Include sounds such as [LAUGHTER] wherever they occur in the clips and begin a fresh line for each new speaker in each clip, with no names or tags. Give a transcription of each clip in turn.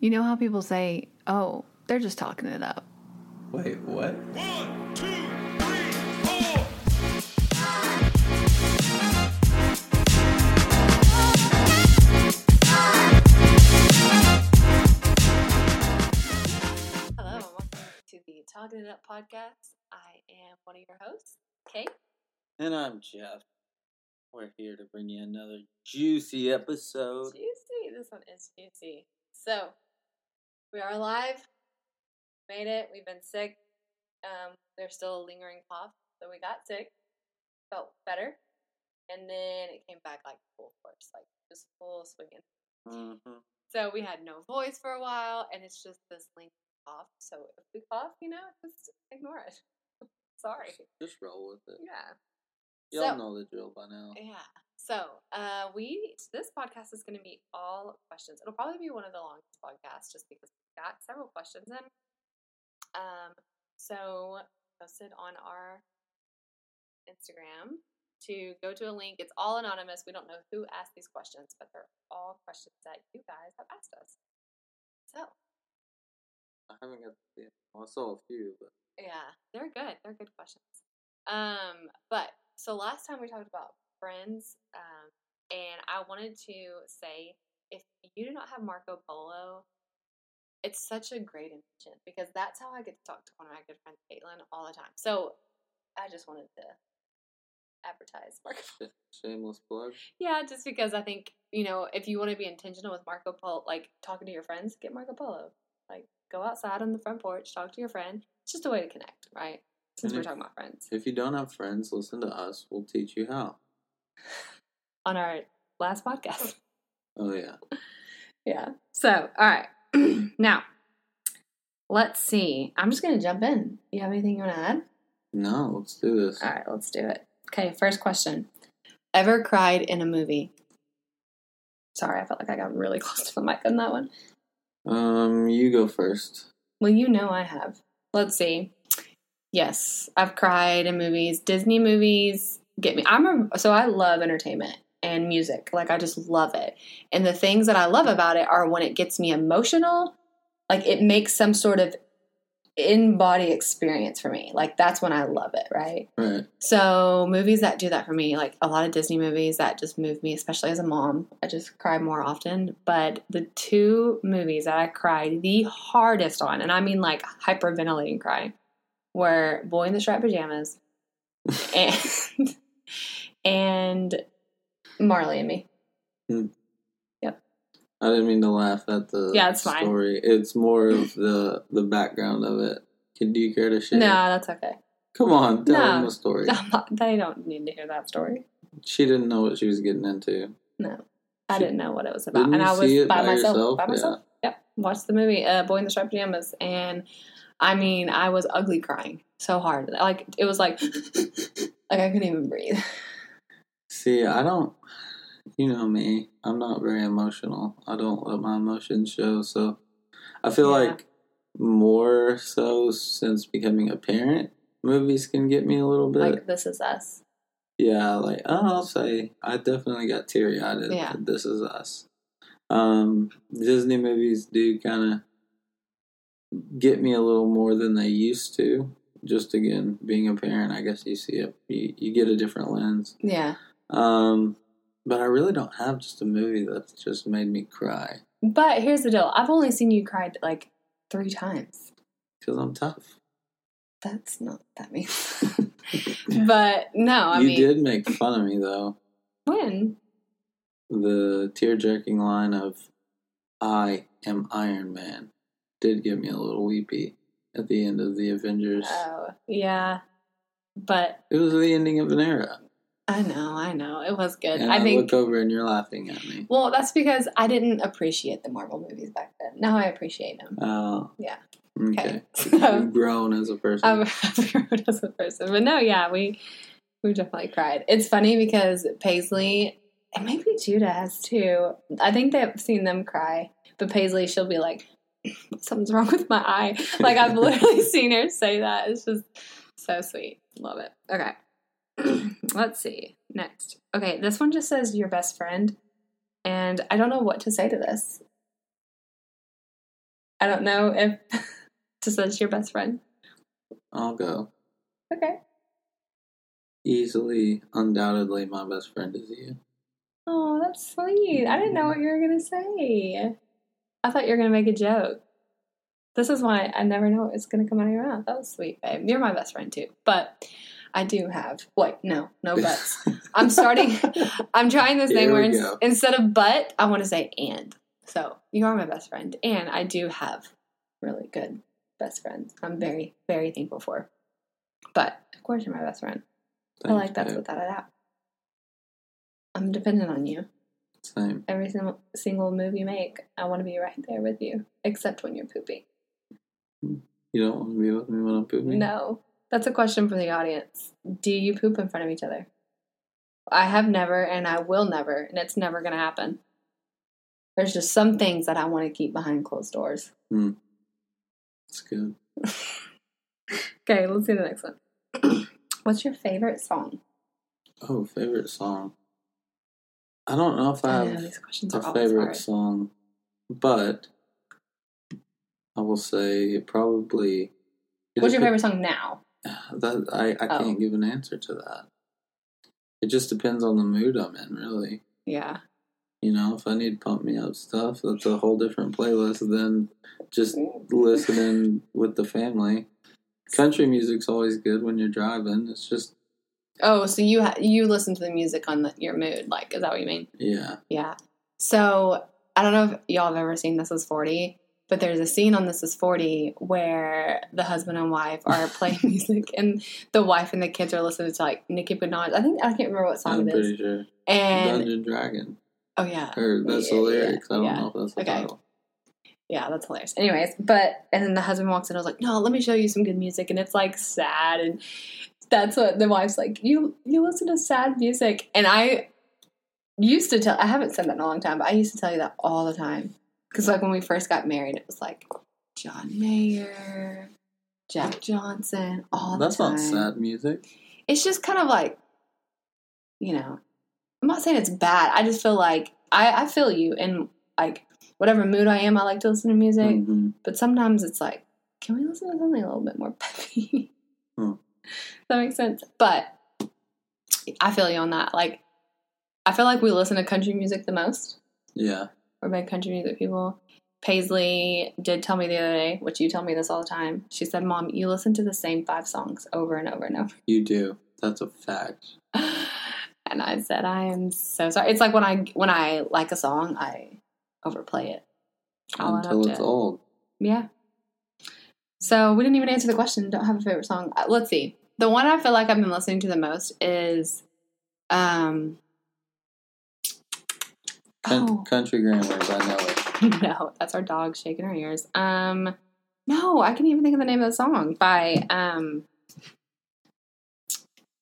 You know how people say, oh, they're just talking it up.
Wait, what?
One, two, three, four.
Hello, and welcome to the Talking It Up podcast. I am one of your hosts, Kate.
And I'm Jeff. We're here to bring you another juicy episode.
Juicy. This one is juicy. So, we are alive. Made it. We've been sick. Um, there's still a lingering cough, so we got sick. Felt better, and then it came back like full force, like just full swinging.
Mhm.
So we had no voice for a while, and it's just this lingering cough. So if we cough, you know, just ignore it. [LAUGHS] Sorry.
Just roll with it.
Yeah.
Y'all
So- Eh.
know the drill by now.
Yeah. So, uh, we this podcast is going to be all questions. It'll probably be one of the longest podcasts just because we've got several questions in. Um, so posted on our Instagram to go to a link. It's all anonymous. We don't know who asked these questions, but they're all questions that you guys have asked us. So,
I haven't got to see it. Well, I saw a few, but [LAUGHS]
Yeah, they're good. They're good questions. Um, but so last time we talked about friends, um, and I wanted to say if you do not have Marco Polo, it's such a great invention because that's how I get to talk to one of my good friends, Caitlin, all the time. So I just wanted to advertise Marco
sh- shameless plug.
yeah, just because I think you know, if you want to be intentional with Marco Polo, like talking to your friends, get Marco Polo. Like, go outside on the front porch, talk to your friend. It's just a way to connect, right? Since
And
we're
if-
talking about friends.
If you don't have friends, listen to us. We'll teach you how.
On our last podcast, [LAUGHS]
Oh, yeah.
yeah. So, all right, [CLEARS THROAT] now let's see. I'm just gonna jump in. You have anything you want to add?
No, let's do this.
All right, let's do it. Okay, first question. Ever cried in a movie? Sorry, I felt like I got really [LAUGHS] close to the mic on that one.
Um, you go first.
Well, you know I have. Let's see. Yes, I've cried in movies. Disney movies get me. I'm a, so I love entertainment and music. Like I just love it. And the things that I love about it are when it gets me emotional, like it makes some sort of in-body experience for me. Like that's when I love it, right?
Right.
So movies that do that for me, like a lot of Disney movies that just move me, especially as a mom, I just cry more often. But the two movies that I cried the hardest on, and I mean like hyperventilating crying, were Boy in the Striped Pajamas and and Marley and Me.
I didn't mean to laugh at the
Yeah, it's fine.
story. It's more of the the background of it. Can, do you care to share?
No, that's okay. [LAUGHS]
Come on, tell
No.
them
[LAUGHS]
the story.
I'm not- they don't need to hear that story.
She didn't know what she was getting into.
No, I
She-
didn't know what it was about,
Didn't
and
you
I was
see it
by,
by
myself.
yourself?
By
Yeah.
myself. Yep. Watched the movie uh, Boy in the Striped Pajamas, and I mean, I was ugly crying so hard. Like it was like [LAUGHS] like I couldn't even breathe.
See, I don't. You know me. I'm not very emotional. I don't let my emotions show. So I feel
Yeah.
like more so since becoming a parent, movies can get me a little bit.
Like this is us.
yeah, like I'll say, I definitely got teary eyed at
Yeah.
This Is Us. Um, Disney movies do kind of get me a little more than they used to. Just again, being a parent, I guess you see it. You, you get a different lens.
Yeah.
Um, but I really don't have just a movie that's just made me cry
But here's the deal. I've only seen you cry like three times.
because I'm tough.
That's not what that means. [LAUGHS] but no, I
you
mean
did make fun of me though.
when
The tear jerking line of "I am Iron Man" did get me a little weepy at the end of the Avengers.
Oh yeah. But
it was the ending of an era,
I know, I know. It was good.
and
I
I,
think
look over and you're laughing at me.
Well, that's because I didn't appreciate the Marvel movies back then. Now I appreciate them.
Oh,
Yeah. Um,
Okay,
[LAUGHS] So
you've grown as a person.
[LAUGHS] I'm grown as a person, but no, yeah, we we definitely cried. It's funny because Paisley and maybe Judah has too. I think they've seen them cry, but Paisley she'll be like, [CLEARS THROAT] "Something's wrong with my eye." [LAUGHS] Like I've literally [LAUGHS] seen her say that. It's just so sweet. Love it. Okay, [CLEARS THROAT] let's see next. Okay, this one just says your best friend, and I don't know what to say to this. I don't know if [LAUGHS] to says your best friend.
I'll go.
Okay.
Easily, undoubtedly, my best friend is you.
Oh, that's sweet. I didn't know what you were gonna say. I thought you were gonna make a joke. This is why I never know what's gonna come out of your mouth. That was sweet, babe. You're my best friend too, but I do have wait, no,
[LAUGHS]
no buts. I'm starting. I'm trying this thing
Here
where
we
ins-
go.
instead of but, I want to say and. So you are my best friend, and I do have really good best friends. I'm very, very thankful for. But of course, you're my best friend. I
Thanks,
like that's
babe.
without a doubt. I'm dependent on you.
Same.
Every single single move you make, I want to be right there with you, except when you're pooping.
You don't want to be with me when I'm pooping?
No. That's a question for the audience. Do you poop in front of each other? I have never and I will never, and it's never going to happen. There's just some things that I want to keep behind closed doors.
It's good.
Okay, let's do the next one. [CLEARS THROAT] What's your favorite song?
Oh, favorite song. I don't know if I
I
have
know these questions
a
are always
favorite
hard.
song, but I will say it probably. it
What's your
depe-
favorite song now?
[SIGHS] That, I, I
Oh.
can't give an answer to that. It just depends on the mood I'm in, really.
Yeah.
You know, if I need pump me up stuff, that's a whole different playlist than just listening with the family. Country music's always good when you're driving. It's just,
Oh, so you ha- you listen to the music on the, your mood? Like, is that what you mean?
yeah.
Yeah. So I don't know if y'all have ever seen This Is 40, but there's a scene on This Is 40 where the husband and wife are playing music and the wife and the kids are listening to like Nicki Minaj. I think I can't remember what song
I'm
it is.
pretty sure.
And
Dungeon Dragon.
oh yeah.
Or that's the
Yeah, yeah,
lyrics. I don't
yeah.
know if that's the
Okay.
title.
Yeah, that's hilarious. Anyways, but and then the husband walks in. I was like, "No, let me show you some good music." And it's like sad, and that's what the wife's like. You you listen to sad music, and I used to tell. I haven't said that in a long time, but I used to tell you that all the time because like when we first got married, it was like John Mayer, Jack Johnson, all
That's
the time.
not sad music.
It's just kind of like, you know, I'm not saying it's bad. I just feel like I I feel you, and like whatever mood I am, I like to listen to music.
Mhm.
But sometimes it's like, can we listen to something a little bit more [LAUGHS] peppy?
Hmm.
that makes sense. But I feel you on that. Like, I feel like we listen to country music the most.
Yeah.
We're big country music people. Paisley did tell me the other day, which you tell me this all the time. She said, Mom, you listen to the same five songs over and over and over.
You do. That's a fact.
[LAUGHS] And I said, I am so sorry. It's like when I when I like a song, I overplay it. I'll own up
Until
to
it's
it.
old.
Yeah. So we didn't even answer the question. Don't have a favorite song. Uh, Let's see. The one I feel like I've been listening to the most is, um,
Cunt-
oh [LAUGHS]
Country Grammars, I know it.
no, that's our dog shaking her ears. Um, no, I can't even think of the name of the song by um,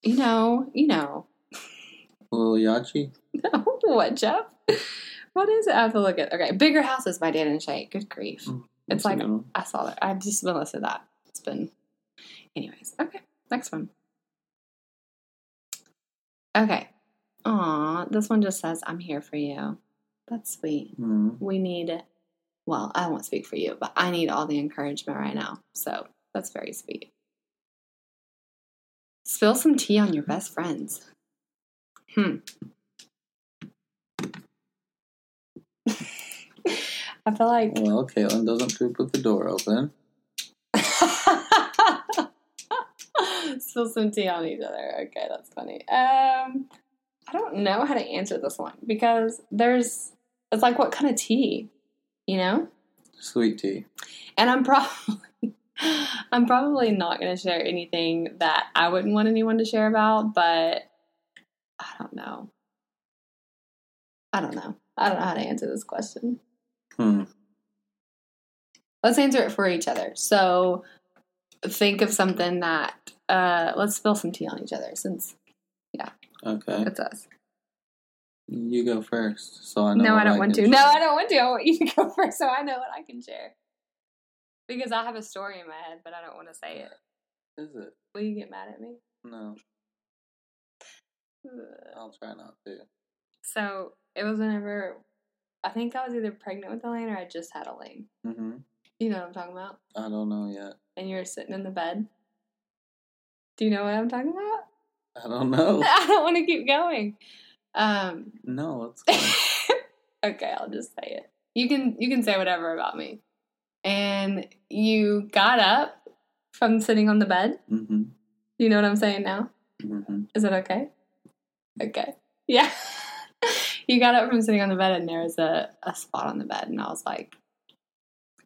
you know, you know, [LAUGHS]
Little Yachi.
what Jeff? What is it? I have to look at. Okay, bigger houses by Dan and Shay. Good grief. It's
Mm, That's a
like-
good one.
I saw that. I've just been listening to that. It's been, anyways. Okay, next one. Okay. Aw, this one just says, "I'm here for you." That's sweet.
Mhm.
We need. Well, I won't speak for you, but I need all the encouragement right now. So that's very sweet. Spill some tea on your best friends. Hmm. [LAUGHS] I feel like
Well, Caitlin doesn't poop with the door open.
[LAUGHS] Spill some tea on each other. Okay, that's funny. Um, I don't know how to answer this one because there's it's like what kind of tea, you know?
Sweet tea.
And I'm probably [LAUGHS] I'm probably not going to share anything that I wouldn't want anyone to share about, but I don't know. I don't know. I don't know how to answer this question.
Hmm.
let's answer it for each other. So think of something that uh let's spill some tea on each other since
Okay.
it's us.
You go first. So I know.
No,
what
I don't want
can
to. No,
share.
I don't want to. I want you to go [LAUGHS] first so I know what I can share. Because I have a story in my head, but I don't want to say it.
Is it?
Will you get mad at me? [SIGHS]
No. I'll try not to.
So it was whenever I think I was either pregnant with Elaine or I just had Elaine.
Mm-hmm.
You know what I'm talking about?
I don't know yet.
And you're sitting in the bed. Do you know what I'm talking about? [LAUGHS]
I don't [LAUGHS] know.
I don't want to keep going. Um,
no, let's go.
[LAUGHS] okay, I'll just say it. You can you can say whatever about me. And you got up from sitting on the bed.
hmm
Do you know what I'm saying now?
hmm
Is it okay? Okay. Yeah. [LAUGHS] you got up from sitting on the bed and there was a, a spot on the bed and I was like,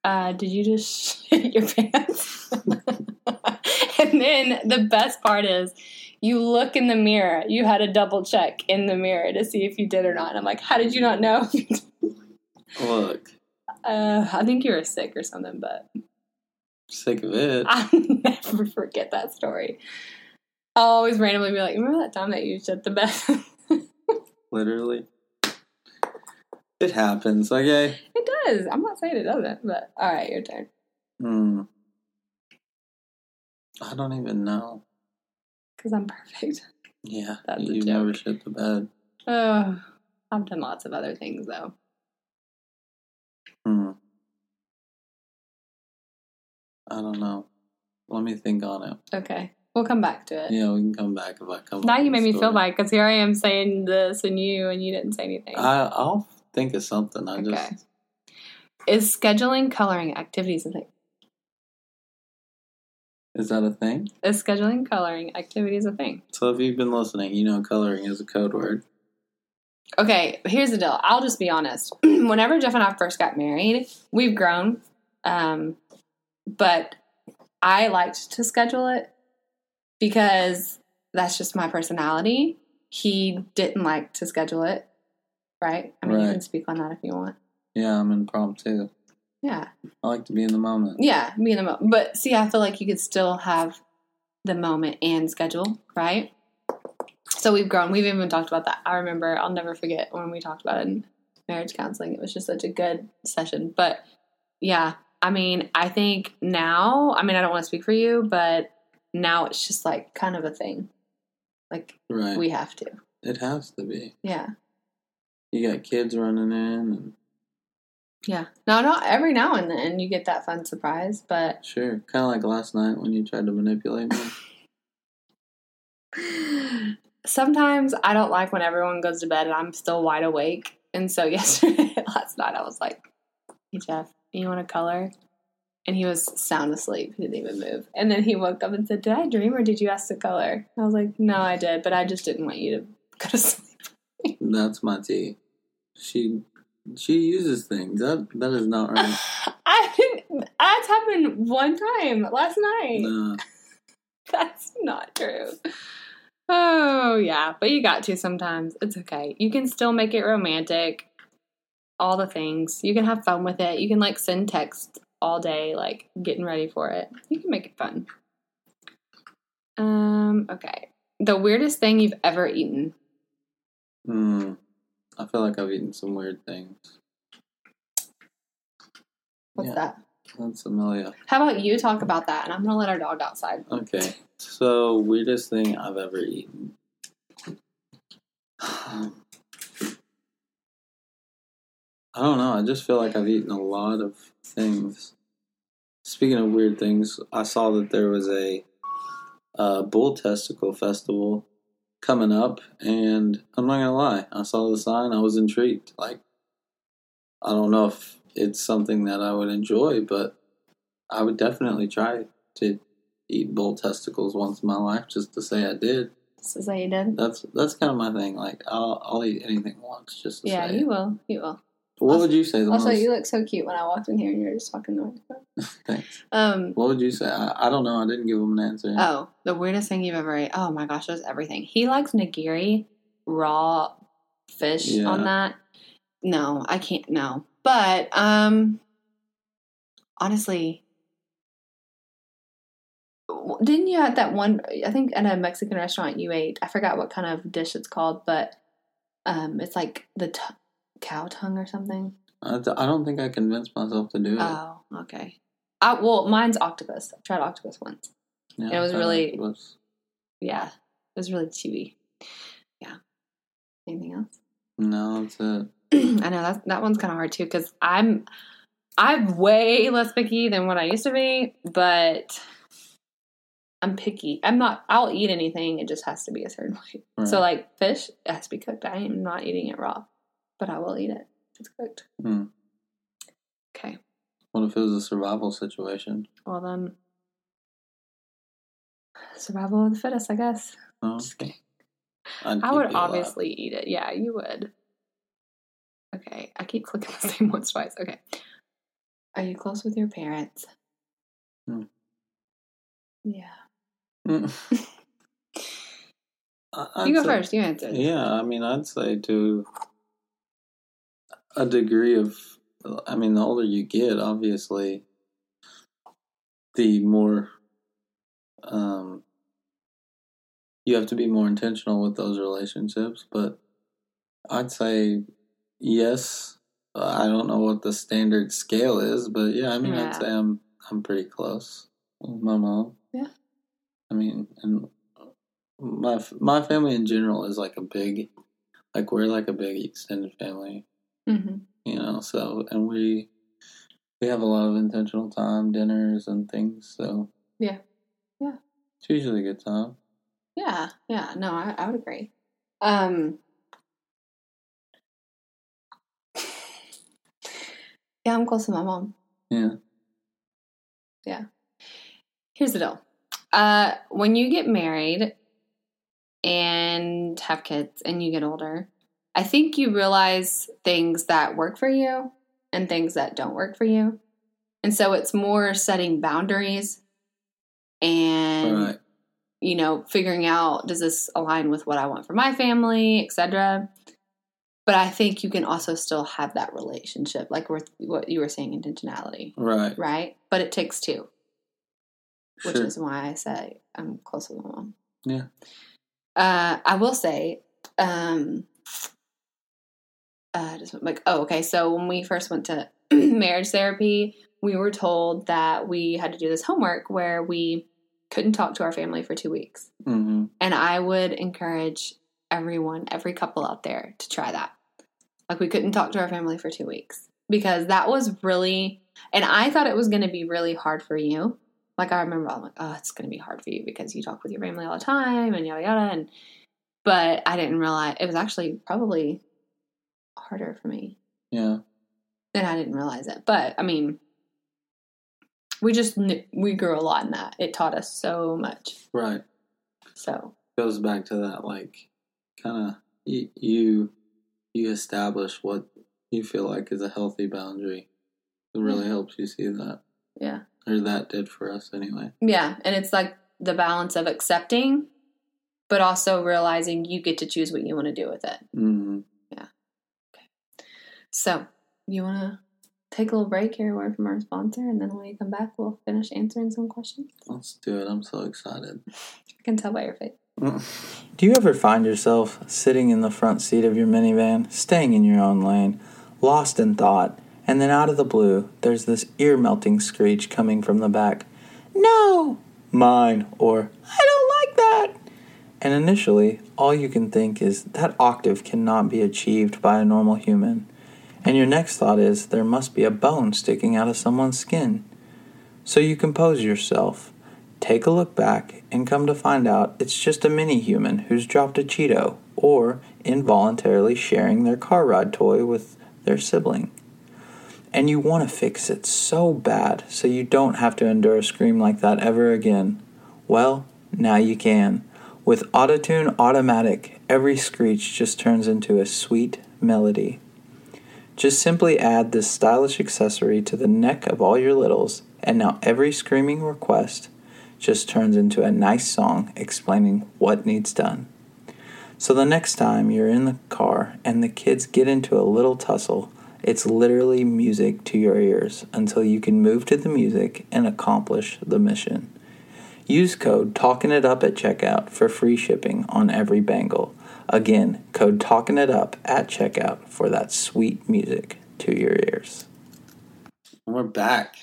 uh, did you just [LAUGHS] shit your pants? [LAUGHS] and then the best part is you look in the mirror. You had a double check in the mirror to see if you did or not. And I'm like, how did you not know?
Look,
uh, I think you were sick or something, but [LAUGHS]
sick of it.
I'll never forget that story. I'll always randomly be like, remember that time that you shit the [LAUGHS] bed?
Literally, it happens. Okay.
It does. I'm not saying it doesn't, but all right, your turn.
Hmm. I don't even know.
Because I'm perfect. [LAUGHS]
Yeah,
That's a
you
joke.
never shit the bed.
Oh, I've done lots of other things though.
Hmm. I don't know. Let me think on it.
Okay, we'll come back to it.
Yeah, we can come back if I come.
Eh. Now
up
you
with
made
a
me feel
story.
bad because here I am saying this and you, and you didn't say anything.
I, I'll think of something. I
Okay.
just
Is scheduling coloring activities a thing?
is that a thing?
Is scheduling coloring activities a thing?
So if you've been listening, you know coloring is a code word.
Okay, here's the deal. I'll just be honest. [CLEARS THROAT] Whenever Jeff and I first got married, we've grown, um, but I liked to schedule it because that's just my personality. He didn't like to schedule it, right? I mean, you can
Right.
speak on that if you want.
Yeah, I'm impromptu.
Yeah,
I like to be in the moment.
yeah, me and the moment. But see, I feel like you could still have the moment and schedule, right? So we've grown. We've even talked about that. I remember. I'll never forget when we talked about it in marriage counseling. It was just such a good session. But yeah, I mean, I think now. I mean, I don't want to speak for you, but now it's just like kind of a thing. Like
Right.
we have to.
it has to be.
Yeah.
You got kids running in, and
Yeah. No, not every now and then you get that fun surprise, but
sure, kind of like last night when you tried to manipulate me.
sometimes I don't like when everyone goes to bed and I'm still wide awake. And so [LAUGHS] yesterday, last night, I was like, "Hey Jeff, you want to color?" And he was sound asleep. He didn't even move. And then he woke up and said, "Did I dream or did you ask to color?" I was like, "No, I did, but I just didn't want you to go to [LAUGHS] sleep."
That's my tea. She she uses things. That that is
[LAUGHS]
not right.
I didn't. That's happened one time last night.
Nah.
[LAUGHS] That's not true. Oh, yeah. But you got to sometimes. It's okay. You can still make it romantic. All the things. You can have fun with it. You can like send texts all day, like getting ready for it. You can make it fun. Um, okay. The weirdest thing you've ever eaten.
Hmm. I feel like I've eaten some weird things.
What's
Yeah.
that?
That's Amelia.
How about you talk about that? And I'm gonna let our dog outside.
Okay. So weirdest thing I've ever eaten. I don't know. I just feel like I've eaten a lot of things. Speaking of weird things, I saw that there was a uh, bull testicle festival coming up, and I'm not gonna lie. I saw the sign. I was intrigued. Like, I don't know if it's something that I would enjoy, but I would definitely try to eat bull testicles once in my life just to say I did.
This is how you did.
That's that's kind of my thing. Like I'll I'll eat anything once just to
Yeah,
say.
you
it.
will. You will.
What would you say the
Also,
most?
you look so cute when I walked in here and you were just talking to me.
Thanks.
Um
What would you say? I, I don't know. I didn't give him an answer.
Oh, the weirdest thing you've ever ate. Oh my gosh, it was everything. He likes nigiri, raw fish
Yeah.
on that. No, I can't no. But um honestly w- didn't you at that one I think at a Mexican restaurant you ate, I forgot what kind of dish it's called, but um it's like the t- cow tongue or something.
I, d- I don't think I convinced myself to do it.
Oh, okay. I, well, mine's octopus. I tried octopus once.
Yeah,
it was
so
really-
it was-
yeah, it was really chewy. Yeah. Anything else? [CLEARS THROAT]
no, it's a
I know that that one's kind of hard too because I'm I'm way less picky than what I used to be, but I'm picky. I'm not. I'll eat anything. It just has to be a certain way. So
Right.
like fish, it has to be cooked. I am not eating it raw, but I will eat it if it's cooked.
Hmm.
Okay.
What if it was a survival situation?
Well then, survival of the fittest, I guess.
No?
Just kidding.
I'd
I
keep
would
you alive.
obviously eat it. Yeah, you would. Okay, I keep clicking the [LAUGHS] same ones twice. Okay. Are you close with your parents?
Hmm.
Yeah.
Mm. I- I'd
you go
say-
first. You answer.
Yeah, I mean, I'd say to a degree of, I mean, the older you get, obviously, the more um, you have to be more intentional with those relationships. But I'd say yes. I don't know what the standard scale is, but yeah, I mean,
Yeah.
I'd say I'm I'm pretty close with my mom.
Yeah.
I mean, and my f- my family in general is like a big, like we're like a big extended family,
hmm
you know. So and we we have a lot of intentional time, dinners and things. So
Yeah. Yeah.
it's usually a good time.
Yeah. Yeah. No, I, I would agree. Um. Yeah, I'm close to my mom.
Yeah,
Here's the deal. Uh, when you get married and have kids and you get older, I think you realize things that work for you and things that don't work for you. And so it's more setting boundaries and
right.
you know, figuring out does this align with what I want for my family, etc. But I think you can also still have that relationship, like with what you were saying, intentionality,
Right,
right? But it takes two which
sure.
is why I say I'm close with my mom.
Yeah.
Uh, I will say, um, uh, just like, oh, okay. So when we first went to [CLEARS THROAT] marriage therapy, we were told that we had to do this homework where we couldn't talk to our family for two weeks.
mm-hmm.
And I would encourage everyone, every couple out there, to try that. Like, we couldn't talk to our family for two weeks because that was really, and I thought it was going to be really hard for you. Like, I remember, I'm like, oh, it's going to be hard for you because you talk with your family all the time and yada yada. And, but I didn't realize it was actually probably harder for me
Yeah,
than I didn't realize it. But I mean, we just, kn- we grew a lot in that. It taught us so much.
right.
So,
goes back to that like kind of you, you you establish what you feel like is a healthy boundary it really helps you see that
Mm-hmm. yeah.
or that did for us anyway
Yeah, and it's like the balance of accepting, but also realizing you get to choose what you want to do with it.
mm-hmm.
So, you want to take a little break, hear a word from our sponsor, and then when you come back, we'll finish answering some questions.
let's do it i'm so excited
I can tell by your face.
Do you ever find yourself sitting in the front seat of your minivan, staying in your own lane, lost in thought, and then out of the blue, there's this ear melting screech coming from the back? No! Mine, or I don't like that! And initially, all you can think is that octave cannot be achieved by a normal human. And your next thought is there must be a bone sticking out of someone's skin. So you compose yourself, take a look back, and come to find out it's just a mini human who's dropped a Cheeto or involuntarily sharing their car ride toy with their sibling. And you want to fix it so bad so you don't have to endure a scream like that ever again. Well, now you can. With Autotune Automatic, every screech just turns into a sweet melody. Just simply add this stylish accessory to the neck of all your littles, and now every screaming request just turns into a nice song explaining what needs done. So the next time you're in the car and the kids get into a little tussle, it's literally music to your ears until you can move to the music and accomplish the mission. Use code Talkin' It Up at checkout for free shipping on every bangle. Again, code Talkin' It Up at checkout for that sweet music to your ears. We're back.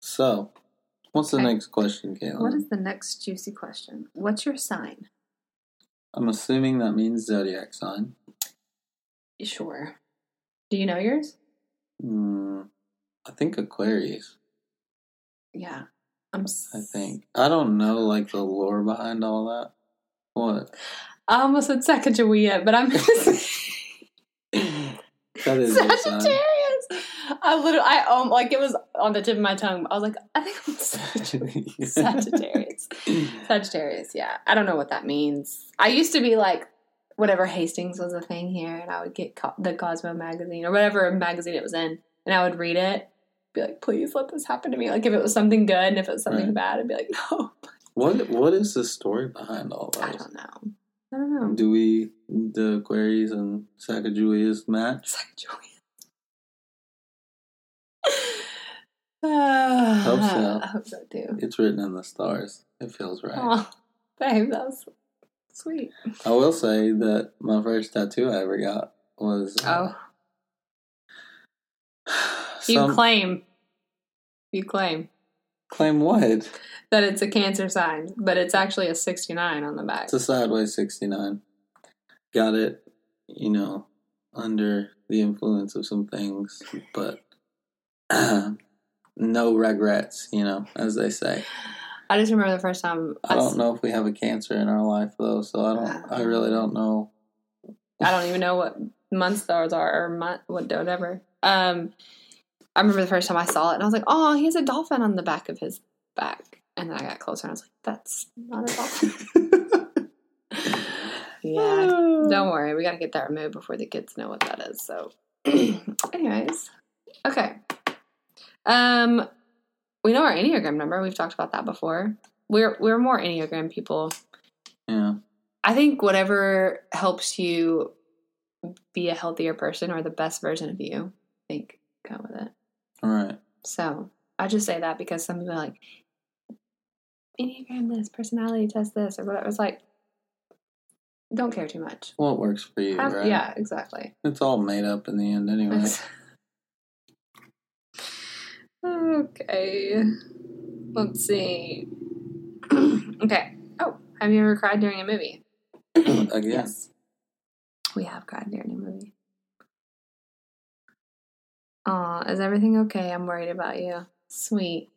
So, what's the
Okay.
next question, Caitlin?
What is the next juicy question? What's your sign?
I'm assuming that means zodiac sign.
Sure. Do you know yours?
Mm, I think Aquarius.
Yeah. I'm s-
I think I don't know like the lore behind all that. What?
I almost said Sacagawea,
[LAUGHS]
but I'm
That is a sign.
Sagittarius. I literally, I um, like it was on the tip of my tongue. I was like, I think I'm
[LAUGHS]
Sagittarius. Sagittarius. Sagittarius, yeah. I don't know what that means. I used to be like, whatever Hastings was a thing here, and I would get co- the Cosmo magazine or whatever magazine it was in, and I would read it, be like, please let this happen to me. Like, if it was something good and if it was something
Right.
bad, I'd be like, no,
[CLEARS THROAT] What what is the story behind all
[LAUGHS] I
those?
don't know. I don't [SIGHS] know.
Do we the Aquarius and Sacagaweas match?
Sagittarius. Uh,
Hope so.
I hope so too.
It's written in the stars. It feels right.
Oh, babe, that was sweet.
I will say that my first tattoo I ever got was uh,
Oh, you
some-
claim. You claim.
claim what?
that it's a cancer sign, but it's actually a 69 on the back.
It's a sideways sixty nine. Got it, you know, under the influence of some things, but [CLEARS THROAT] no regrets, you know, as they say.
I just remember the first time
I
s-
don't know if we have a cancer in our life though, so I don't. I really don't know.
I don't even know what months those are or month what whatever. Um, I remember the first time I saw it and I was like, oh, he has a dolphin on the back of his back, and then I got closer and I was like, that's not a dolphin. [SIGHS]
[LAUGHS]
yeah, don't worry, we gotta get that removed before the kids know what that is. So, [CLEARS THROAT] anyways, okay. Um, we know our enneagram number. We've talked about that before. We're we're more enneagram people.
Yeah,
I think whatever helps you be a healthier person or the best version of you, I think go with it.
all right.
So I just say that because some people are like Enneagram this, personality test this, or whatever. It's like don't care too much.
Well, it works for you,
Have-
right?
Um, Yeah, exactly.
It's all made up in the end, anyway.
okay. Let's see. [CLEARS THROAT] okay. Oh, have you ever cried during a movie?
[CLEARS THROAT] Again,
Yes. We have cried during a movie. Aw, is everything okay? I'm worried about you. Sweet.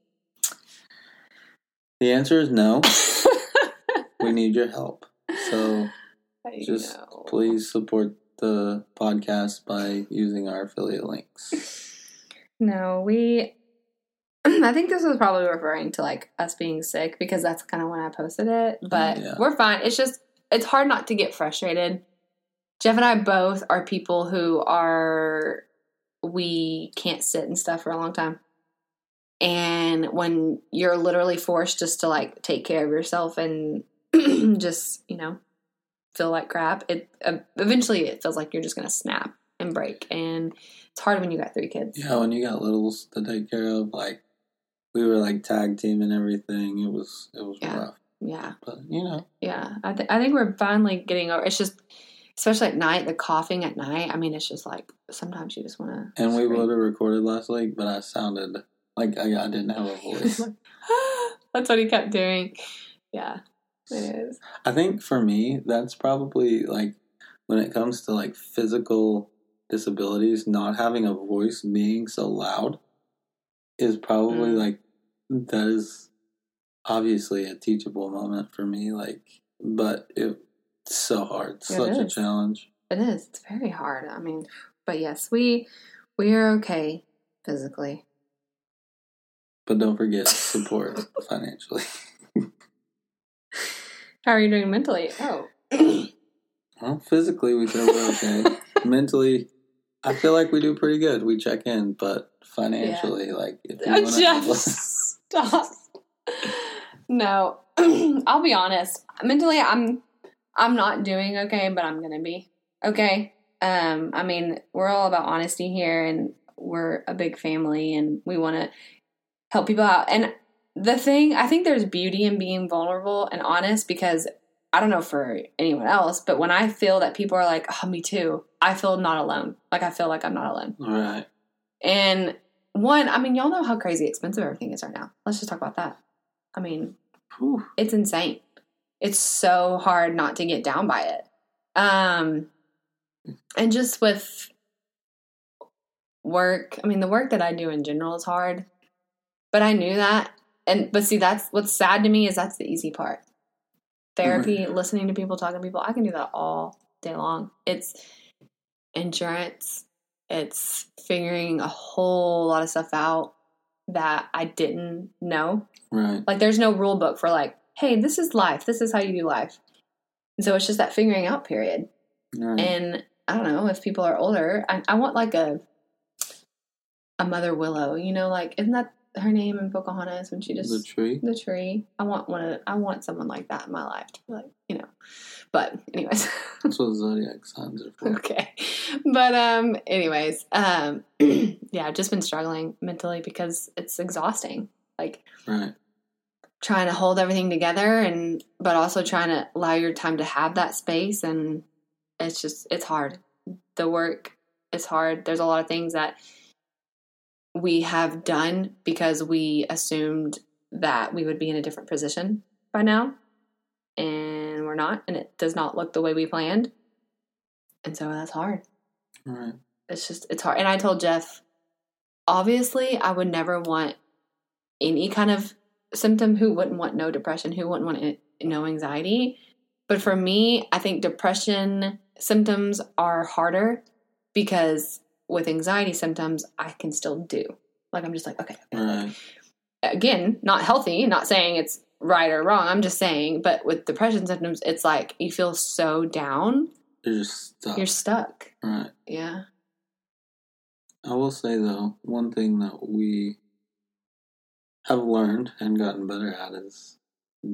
the answer
[LAUGHS]
is no. we need your help, [LAUGHS] so
I
just
know.
please support the podcast by using our affiliate links.
No, we. [CLEARS THROAT] I think this was probably referring to like us being sick because that's kind of when I posted it. But
Yeah.
we're fine. It's just it's hard not to get frustrated. Jeff and I both are people who are we can't sit and stuff for a long time. And when you're literally forced just to like take care of yourself and [CLEARS THROAT] just, you know, feel like crap, it uh, eventually it feels like you're just going to snap and break and it's hard when you got three kids.
Yeah, when you got littles to take care of, like we were like tag team and everything. It was it was
Yeah.
rough,
Yeah,
but you know,
yeah. I, th- I think we're finally getting over. It's just, especially at night, the coughing at night. I mean, it's just like sometimes you just want to.
And we would have recorded last week, but I sounded like I, I didn't have a voice.
[LAUGHS] That's what he kept doing. Yeah, it is.
I think for me, that's probably like when it comes to like physical disabilities, not having a voice being so loud is probably
Mm.
like that is obviously a teachable moment for me. Like, but it, it's so hard,
It
such a
is.
challenge.
It is. It's very hard. I mean, but yes, we we are okay physically.
But
[LAUGHS]
don't forget support financially.
How are you doing mentally? Oh,
[CLEARS THROAT] Well, physically, we feel we're okay.
[LAUGHS]
Mentally, I feel like we do pretty good. We check in, but financially, like if [LAUGHS] you wanna-
Jeff, stop. No, [CLEARS THROAT] I'll be honest. Mentally, I'm I'm not doing okay, but I'm gonna be okay. Um, I mean, we're all about honesty here, and we're a big family, and we want to help people out. And the thing, I think there's beauty in being vulnerable and honest because I don't know for anyone else, but when I feel that people are like, "Oh, me too," I feel not alone. Like I feel like I'm not alone.
all right,
And one, I mean, y'all know how crazy expensive everything is right now. Let's just talk about that. I mean,
Whew.
it's insane. It's so hard not to get down by it. Um, and just with work. I mean, the work that I do in general is hard, but I knew that. And but see, that's what's sad to me is that's the easy part. Therapy, listening to people, talking to people, I can do that all day long. It's insurance. It's figuring a whole lot of stuff out that I didn't know
Right.
like there's no rule book for like, hey, this is life. This is how you do life. And so it's just that figuring out period.
Right.
And I don't know if people are older. I, I want like a a Mother Willow. You know, like isn't that her name in Pocahontas when she just
the tree.
the tree? I want one. Of, I want someone like that in my life to be like you know. But anyways. [LAUGHS]
That's what zodiac signs are for.
okay but um anyways um [CLEARS THROAT] yeah i've just been struggling mentally because it's exhausting like
right.
trying to hold everything together and but also trying to allow your time to have that space and it's just it's hard the work is hard there's a lot of things that we have done because we assumed that we would be in a different position by now and we're not and it does not look the way we planned and so that's hard
Right.
it's just it's hard and i told jeff obviously i would never want any kind of symptom who wouldn't want no depression who wouldn't want it, no anxiety but for me i think depression symptoms are harder because with anxiety symptoms i can still do like i'm just like okay, okay
Right.
again, not healthy, not saying it's right or wrong. I'm just saying, but with depression symptoms, it's like you feel so down,
You're just stuck.
you're stuck.
right.
Yeah.
I will say though, one thing that we have learned and gotten better at is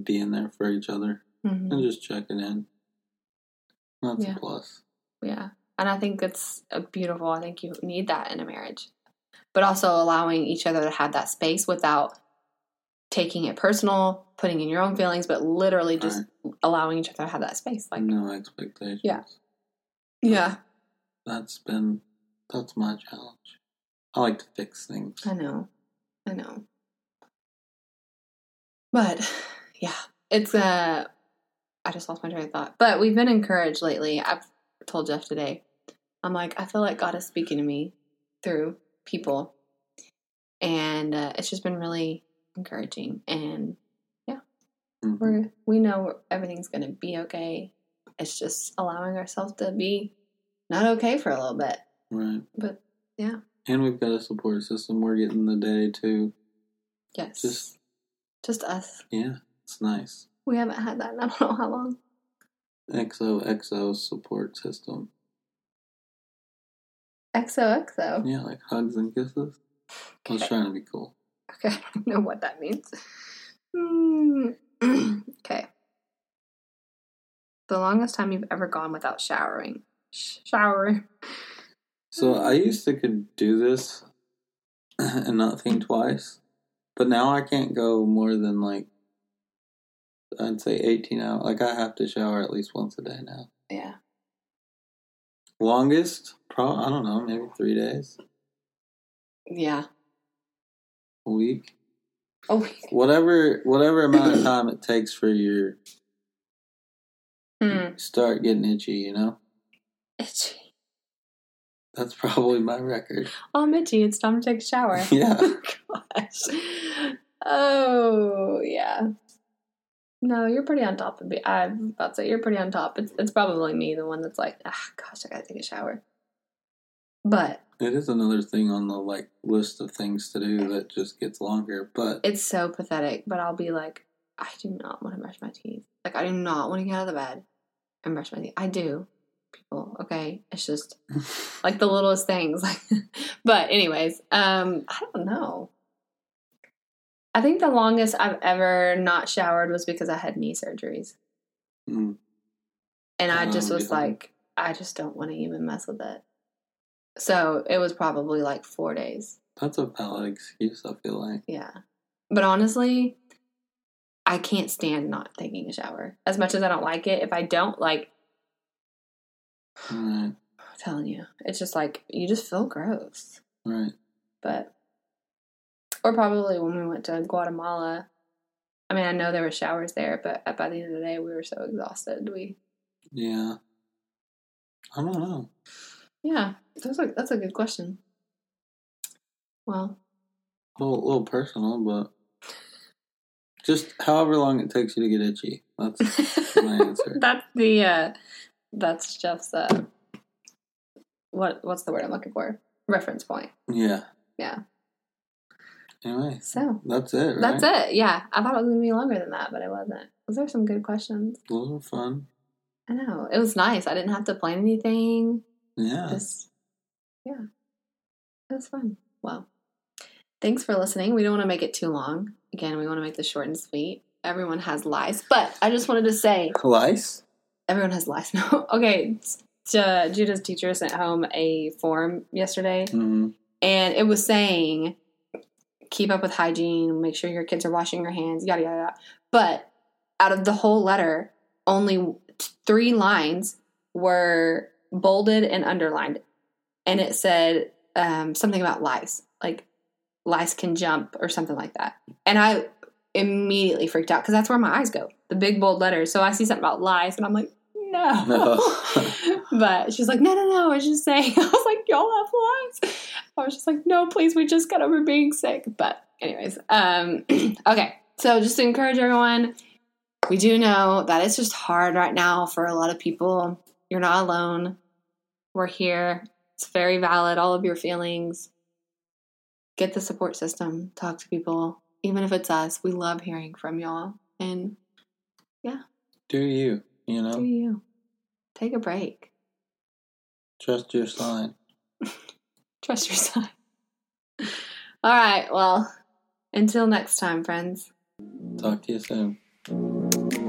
being there for each other
hmm
and just checking in. That's
Yeah.
a plus.
Yeah. And I think it's uh, beautiful. I think you need that in a marriage, but also allowing each other to have that space without taking it personal, putting in your own feelings, but literally just allowing each other to have that space. Like,
no expectations.
Yeah. yeah,
That's been that's my challenge. I like to fix things.
I know. I know. But yeah, it's uh I just lost my train of thought. But we've been encouraged lately. I've told Jeff today. I'm like, I feel like God is speaking to me through people. And uh, it's just been really encouraging and
Mhm.
we're we know everything's going to be okay. It's just allowing ourselves to be not okay for a little bit.
Right.
But, yeah.
And we've got a support system. We're getting the day too.
Yes.
Just-
just us.
Yeah, it's nice.
We haven't had that in I don't know how long.
XOXO support system.
XOXO.
Yeah, like hugs and kisses. I was trying to be cool.
Okay, [LAUGHS] I don't know what that means. Mm. [CLEARS THROAT] okay. The longest time you've ever gone without showering. Sh- shower.
So I used to could do this [LAUGHS] and not think twice, but now I can't go more than like I'd say eighteen hours. Like I have to shower at least once a day now.
Yeah.
Longest, pro I don't know, maybe three days,
Yeah.
a week.
Oh. [LAUGHS]
whatever whatever amount of time it takes for your
Hmm.
start getting itchy, you know,
Itchy.
that's probably my record.
Oh, I'm itchy. It's time to take a shower. [LAUGHS]
[LAUGHS]
Oh,
Yeah,
Gosh. Oh yeah. No, you're pretty on top of me. I'm about to say you're pretty on top. It's it's probably me, the one that's like, ah, gosh, I gotta take a shower. But
it is another thing on the like list of things to do that just gets longer. But
it's so pathetic. But I'll be like, I do not want to brush my teeth. Like I do not want to get out of the bed and brush my teeth. I do, people. Okay, it's
[LAUGHS]
just like the littlest things. [LAUGHS] Like, but anyways, um, I don't know. I think the longest I've ever not showered was because I had knee surgeries,
mm,
and I
Oh,
just was
yeah.
like, I just don't want to even mess with it. So it was probably like four days.
that's a valid excuse. I feel like
Yeah. But honestly, I can't stand not taking a shower. As much as I don't like it, if I don't, like,
all right,
I'm telling you, it's just like, you just feel gross.
all right.
But, or probably when we went to Guatemala, I mean, I know there were showers there, but uh, by the end of the day, we were so exhausted. We,
Yeah, I don't know.
yeah, that's a, that's a good question. Well,
A little, little personal, but just however long it takes you to get itchy. That's my answer.
[LAUGHS] that's the uh, that's Jeff's uh, what what's the word I'm looking for? Reference point.
Yeah.
Yeah.
Anyway,
So
that's it. Right?
that's it. Yeah, I thought it was gonna be longer than that, but it wasn't. Those are some good questions.
Those were fun.
I know it was nice. I didn't have to plan anything.
Yeah.
Just, yeah, it was fun. Well, thanks for listening. We don't want to make it too long. Again, we want to make this short and sweet. Everyone has lice, but I just wanted to say
Lice?
everyone has lice now. [LAUGHS] okay, J- Judah's teacher sent home a form yesterday,
hmm
and it was saying keep up with hygiene, make sure your kids are washing your hands, yada yada. yada. But out of the whole letter, only t- three lines were bolded and underlined, and it said um, something about lice, like lice can jump or something like that. And I immediately freaked out because that's where my eyes go, the big bold letters. So I see something about lice, and I'm like. No,
No.
[LAUGHS] but she's like, no, no, no. I was just saying. [LAUGHS] I was like, y'all have lice. I was just like, no, please, we just got over being sick. But, anyways, um, [CLEARS THROAT] okay. So, just to encourage everyone, we do know that it's just hard right now for a lot of people. You're not alone. We're here. It's very valid, all of your feelings. Get the support system, talk to people, even if it's us. We love hearing from y'all. And
Do you? You know,
do you. Take a break.
trust your sign.
Trust your sign. [LAUGHS] All right. Well, until next time, friends.
Talk to you soon.